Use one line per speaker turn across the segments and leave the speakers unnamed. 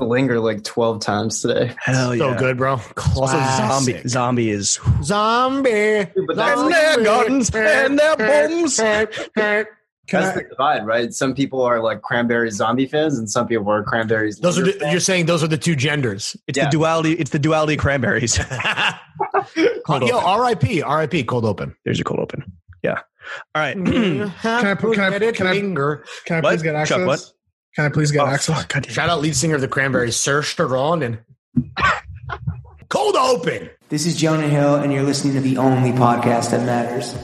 linger like 12 times today.
Hell
So
yeah.
good, bro.
Also, zombie,
Classic.
zombie is.
Zombie.
But that's,
And their guns and their bombs.
that's the divide, right? Some people are like cranberry zombie fans, and some people are cranberries.
Those are
Linger
the,
fans.
you're saying those are the two genders.
It's
Yeah.
the duality. It's the duality of cranberries.
Yo,
cold open.
R.I.P. R.I.P. Cold open.
There's your cold open. Yeah. All right.
Mm-hmm. I,
put- can I- can I- Can I
What?
please get access?
Chuck, what?
Can I please get
Oh,
access?
fuck, God damn.
Shout out lead singer of the Cranberries, Serge Theron, and cold open.
This is Jonah Hill, and you're listening to the only podcast that matters.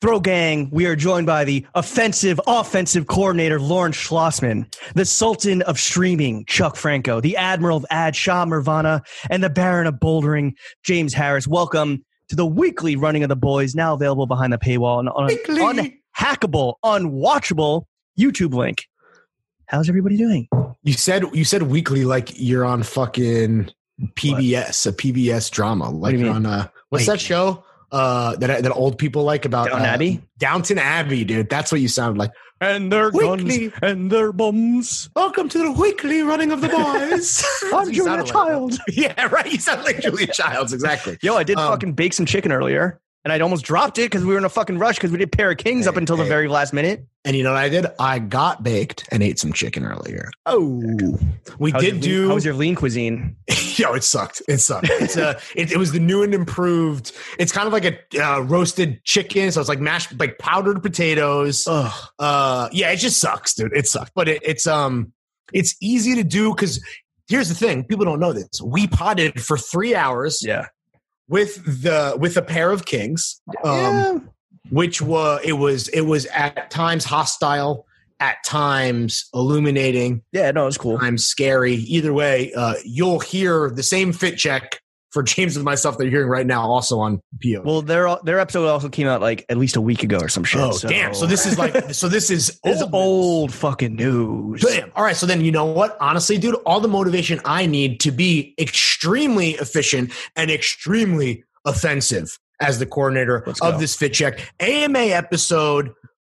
Throw Gang, we are joined by the offensive offensive coordinator Lauren Schlossman, the Sultan of streaming Chuck Franco, the Admiral of Ad Shah Mervana, and the Baron of Bouldering James Harris. Welcome to the weekly running of the boys, now available behind the paywall and on an unhackable, unwatchable YouTube link. How's everybody doing?
You said you said weekly like you're on fucking PBS, a PBS drama. Like
do you
you are
mean?
on uh what's
Wait.
that show? Uh, that that old people like about
Down
uh,
Abbey?
Downton Abbey, dude. That's what you sound like.
uh, And their
Weekly.
and their bums.
Welcome to the weekly running of the boys.
I'm
You
Julia
sounded like that.
Child.
yeah, right. You sound like Julia Childs, exactly.
Yo, I did
Um,
fucking bake some chicken earlier, and I'd almost dropped it because we were in a fucking rush because we did pair of kings up
Hey,
until the
hey.
very last minute.
And you know what I did? I got baked and ate some chicken earlier.
Oh,
We
how was
did
your,
do.
How was your lean cuisine?
yo, it sucked. It sucked. It's uh, it, it was the new and improved. It's kind of like a uh, roasted chicken. So it's like mashed, like powdered potatoes.
Oh,
Uh, yeah, it just sucks, dude. It sucks. But it, it's um, it's easy to do because here's the thing: people don't know this. We potted for three hours
yeah.
with the with a pair of kings. Um, which was it was it was at times hostile at times illuminating
yeah, yeah. No, it was cool.
i'm scary either way uh, you'll hear the same fit check for james and myself that you're hearing right now also on po
Well, their their episode also came out like at least a week ago or some shit.
oh damn so this is like so this is
this is
news.
old fucking news.
Damn. All right. So then, you know what? Honestly, dude, all the motivation I need to be extremely efficient and extremely offensive as the coordinator
Let's
of
go.
this fit check AMA episode.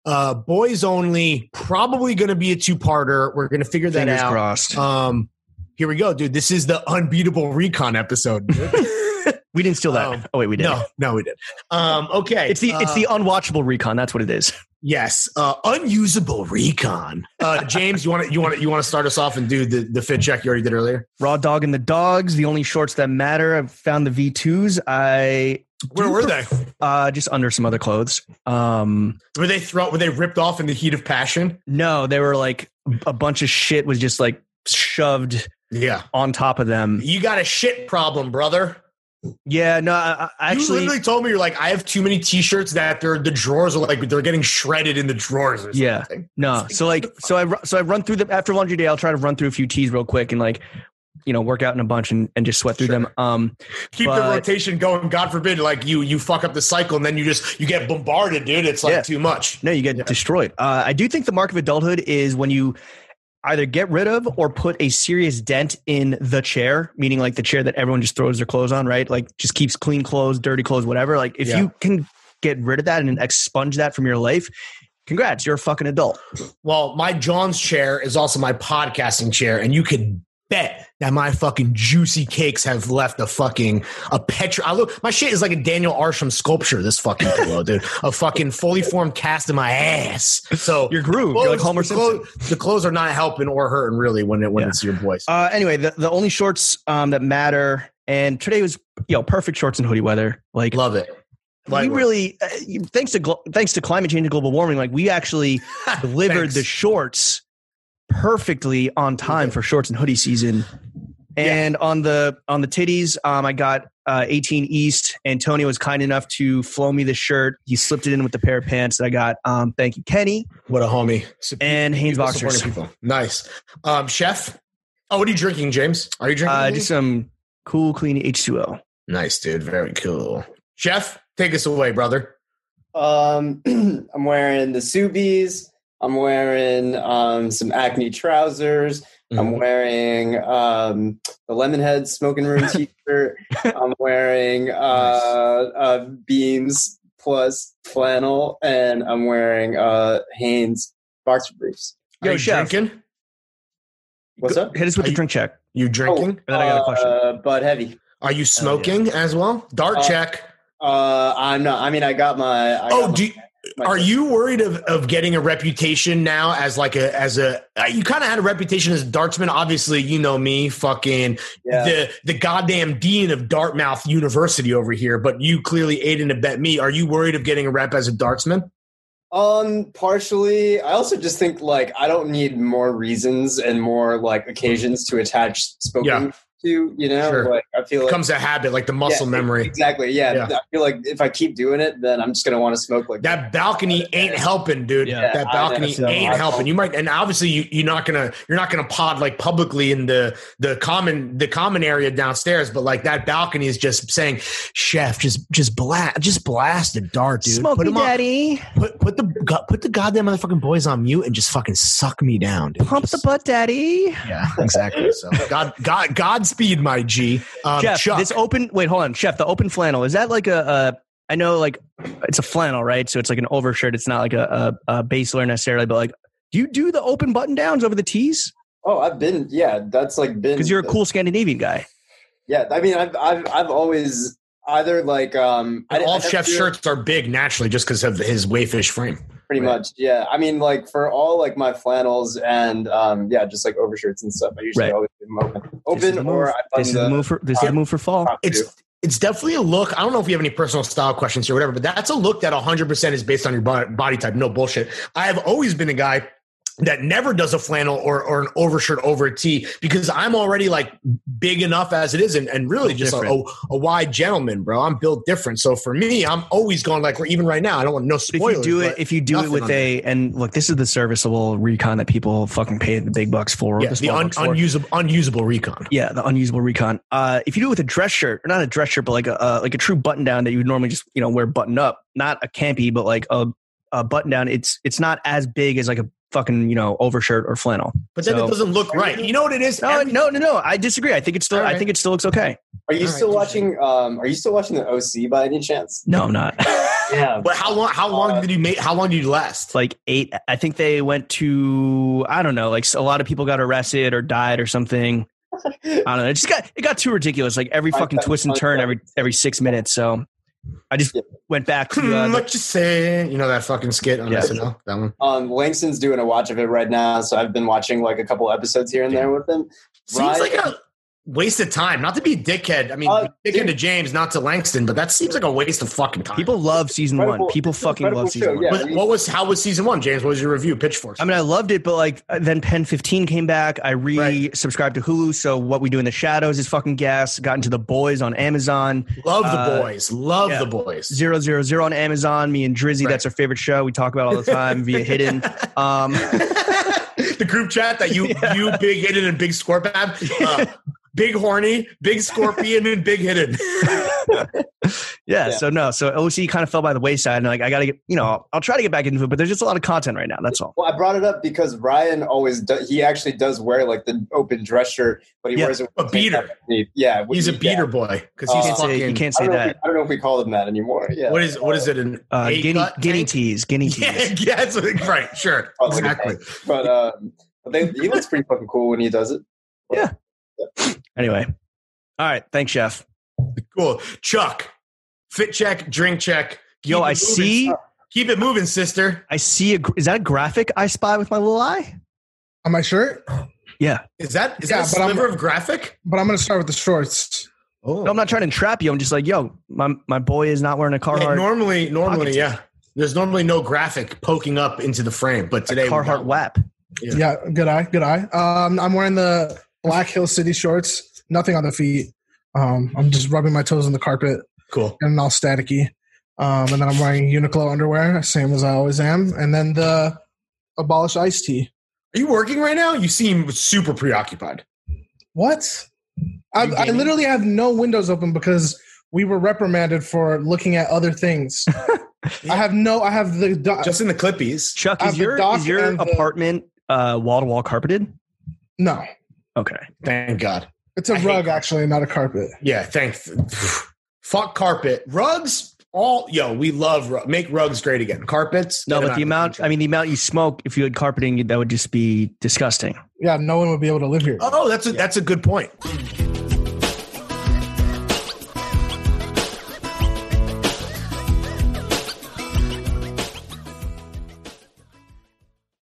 Uh, boys only. Probably going to be a two parter. We're going to figure that
Fingers
out.
crossed.
Um, here we go, dude. This is the unbeatable recon episode. dude.
we didn't steal that.
um,
oh wait, we did.
no, no, we did. Um, okay.
It's the it's
Uh,
the unwatchable recon. That's what it is.
Yes, uh, unusable recon. Uh, James, you want to you want to you want to start us off and do the the fit check you already did earlier.
Raw dog and the dogs. The only shorts that matter. I found the V twos. I
Where were they?
uh just under some other clothes. Um
Were they throw? Were they ripped off in the heat of passion?
No, they were like a bunch of shit was just like shoved
Yeah,
on top of them.
you got a shit problem, brother.
Yeah, no, I, I
you
actually,
literally told me you're like, I have too many t-shirts that they're the drawers are like they're getting shredded in the drawers. Or
Yeah.
something.
no. So like, so I ru- so I run through them after laundry day. I'll try to run through a few tees real quick and like, you know, work out in a bunch and, and just sweat through them. Um,
keep the
But-
rotation going. God forbid, like you you fuck up the cycle and then you just you get bombarded, dude. It's like
Yeah.
too much.
no, you get
Yeah.
destroyed. Uh, I do think the mark of adulthood is when you either get rid of or put a serious dent in the chair, meaning like the chair that everyone just throws their clothes on, right? Like just keeps clean clothes, dirty clothes, whatever. Like if
Yeah.
you can get rid of that and expunge that from your life, congrats, you're a fucking adult.
Well, my John's chair is also my podcasting chair, and you could bet that my fucking juicy cakes have left a fucking a petra. I look, my shit is like a Daniel Arsham sculpture. This fucking pillow, dude, a fucking fully formed cast of my ass. So
You're grooved. You're like Homer
the, clo-
Simpson.
the clothes are not helping or hurting really when it when
Yeah.
it's your voice.
Uh, anyway, the, the only shorts um, that matter, and today was you know perfect shorts and hoodie weather. Like
Love it.
we
Like
really, uh, you- thanks to glo- thanks to climate change and global warming, like we actually delivered the shorts perfectly on time for shorts and hoodie season. And on the on the titties, um, I got uh, 18 East. Antonio was kind enough to flow me the shirt. He slipped it in with the pair of pants that I got. Um, thank you, Kenny
what a homie. Sup-
and Haynes
people
boxers.
supporting people. Nice, um, chef. Oh, what are you drinking, James? Are you drinking?
Uh,
anything?
just some cool, clean H2O.
Nice, dude. Very cool. Jeff, take us away, brother.
Um, I'm wearing the Subies. I'm wearing um, some Acne trousers. I'm wearing um, the Lemonhead Smoking Room T-shirt. I'm wearing uh, uh, Beams plus flannel, and I'm wearing uh, Hanes boxer briefs.
Yo,
Are you
chef.
drinking?
What's up?
Hit us with
Are
the
you-
drink check.
You drinking?
And then I got a question.
Uh, Bud Heavy.
Are you smoking as well? Dart
Uh,
check.
Uh, I'm not. I mean, I got my. I got
Oh,
my-
do you,
my-
are you worried of, of getting a reputation now as like a as a uh, you kind of had a reputation as a dartsman? Obviously, you know me, fucking
Yeah.
the the goddamn dean of Dartmouth University over here. But you clearly aid and abet me. Are you worried of getting a rep as a dartsman?
Um, partially. I also just think like I don't need more reasons and more like occasions to attach spoken
Yeah.
to. You know,
Sure.
like I feel like
Becomes a habit, like the muscle
Yeah,
memory.
Exactly. Yeah.
Yeah.
I feel like if I keep doing it, then I'm just gonna want to smoke like
That balcony ain't helping, dude.
Yeah.
that
Yeah,
balcony
I know.
ain't helping. You might, and obviously you, you're not gonna you're not gonna pod like publicly in the the common the common area downstairs. But like that balcony is just saying, chef, just just blast just blast the dart, dude.
Smoke me,
him on-
daddy.
put put the go- put the goddamn motherfucking boys on mute and just fucking suck me down, dude.
Pump the butt, daddy.
Yeah, exactly. So God God Godspeed, my G. Um,
Chef,
Chuck,
this open. Wait, hold on, Chef. The open flannel is that like a? Uh, I know, like it's a flannel, right? So it's like an overshirt. It's not like a, a, a base layer necessarily, but like, do you do the open button downs over the tees?
Oh, I've been yeah, that's like been
Because you're a cool Scandinavian guy.
Yeah, I mean I've I've I've always either like um I didn't-
and
I
all
never
chef's
do it
shirts are big naturally just because of his wayfish frame.
pretty
right.
much. Yeah. I mean like for all like my flannels and um yeah, just like overshirts and stuff. I usually
Right.
always leave them open.
This is
Open
the
or
move.
I button
this is the move for this is the move for fall.
top
It's
two.
it's definitely a look. I don't know if you have any personal style questions or whatever, but that's a look that 100% is based on your bo- body type. No bullshit. I have always been a guy that never does a flannel or, or an overshirt over a tee because I'm already like big enough as it is and, and really
Built
just a,
different.
a- a wide gentleman, bro. I'm built different. So for me, I'm always going like, even right now, I don't want no
But
spoilers.
if you do it,
but
if you do it
nothing
with
on
a and look, this is the serviceable recon that people fucking pay the big bucks for. or
yeah, the
small
un,
bucks for.
unusable, unusable recon.
Yeah, the unusable recon. Uh, if you do it with a dress shirt, or not a dress shirt, but like a uh, like a true button down that you would normally just you know wear button up, not a campy, but like a, a button down. It's it's not as big as like a fucking you know overshirt or flannel.
But then
So-
it doesn't look right. You know what it is?
No,
Every-
no, no, no. I disagree. I think it's still.
All
I
right.
think it still looks okay.
Are you
All right,
still
keep
watching um are you still watching the OC by any chance?
No, I'm not.
Yeah.
But how long? How long
Uh,
did you make? How long did you
It's
last?
like eight. I think they went to. I don't know. Like a lot of people got arrested or died or something. I don't know. It just got it got too ridiculous. Like every
Five
fucking
times,
twist and
five
turn
times.
every every six minutes. So I just
Yeah.
went back to uh,
Hmm,
the,
what you say? You know that fucking skit on
Yeah.
SNL? That one.
Um, Langston's doing a watch of it right now, so I've been watching like a couple episodes here and there with him. Right.
Seems like a waste of time. Not to be a dickhead. I mean,
Uh,
dickhead to James, not to Langston, but that seems like a waste of fucking time.
people love season
Incredible-
one. People
it's an
fucking love
incredible
season
show,
one.
yeah.
What, what was how was season one, James? What was your review? Pitchfork.
I mean, I loved it, but like uh, then Pen 15 came back. I re-subscribed to Hulu. So what we do in the shadows is fucking gas. Got into the boys on Amazon.
love the
uh,
boys. Love
yeah.
the boys.
Zero zero zero on Amazon. Me and Drizzy.
Right.
That's our favorite show. We talk about it all the time via Hidden. Um,
the group chat that you
Yeah.
you big hidden and big scorpion, uh, big horny, big scorpion, and big hidden.
yeah,
Yeah.
So no. So OC kind of fell by the wayside, and like I gotta get. You know, I'll try to get back into it, but there's just a lot of content right now. That's all.
Well, I brought it up because Ryan always do- he actually does wear like the open dress shirt, but he
Yeah,
wears it
a
with tank
beater.
top underneath. Yeah, with-
He's a
yeah.
beater boy because he's
Uh,
Oh. You can't
fucking.
say, you can't
I
say
don't, know if
that.
we, I don't know if we call him that anymore. Yeah.
What is what is it? An
Uh,
A
guinea
cut
guinea
tank?
teas. Guinea teas.
Yeah, yeah, that's what- right. Sure,
Oh, like a
exactly.
But um, but they, he looks pretty fucking cool when he does it.
Anyway. All right. Thanks, Chef.
Cool. Chuck, fit check, drink check. Keep
Yo,
it
I
moving,
see.
son. Keep it moving, sister.
I see. A, gr- is that a graphic I spy with my little eye?
on my shirt,
Yeah.
Is that is
Yeah,
that a
but I'm-
sliver of graphic?
but I'm gonna start with the shorts.
Oh,
No, I'm not trying to trap you. I'm just like, yo, my my boy is not wearing a Carhartt
normally, normally,
Pockets.
yeah. There's normally no graphic poking up into the frame, but today we
Carhartt
got-
WAP.
Yeah.
Yeah. good eye, good eye. Um, I'm wearing the Black Hill City shorts. Nothing on the feet. Um, I'm just rubbing my toes on the carpet
cool.
and all staticky. Um, and then I'm wearing Uniqlo underwear, same as I always am. And then the Abolish Iced Tea.
Are you working right now? You seem super preoccupied.
What? I,
Are you
I
gaming?
literally have no windows open because we were reprimanded for looking at other things. I have no. I have the. Do-
Uh,
Just in the clippies.
Chuck,
I
is
have the
your uh,
doc
is your
and the-
apartment wall to wall carpeted?
no,
Okay.
Thank God.
It's a
I hate
rug,
carpet.
actually, not a carpet.
Yeah, thank. Fuck carpet. Rugs, all, yo, we love rug. Make rugs great again. Carpets.
No,
get
but the
them out of
amount, I mean, the amount you smoke, if you had carpeting, that would just be disgusting.
Yeah, no one would be able to live here.
country. Oh, that's a, that's a good point.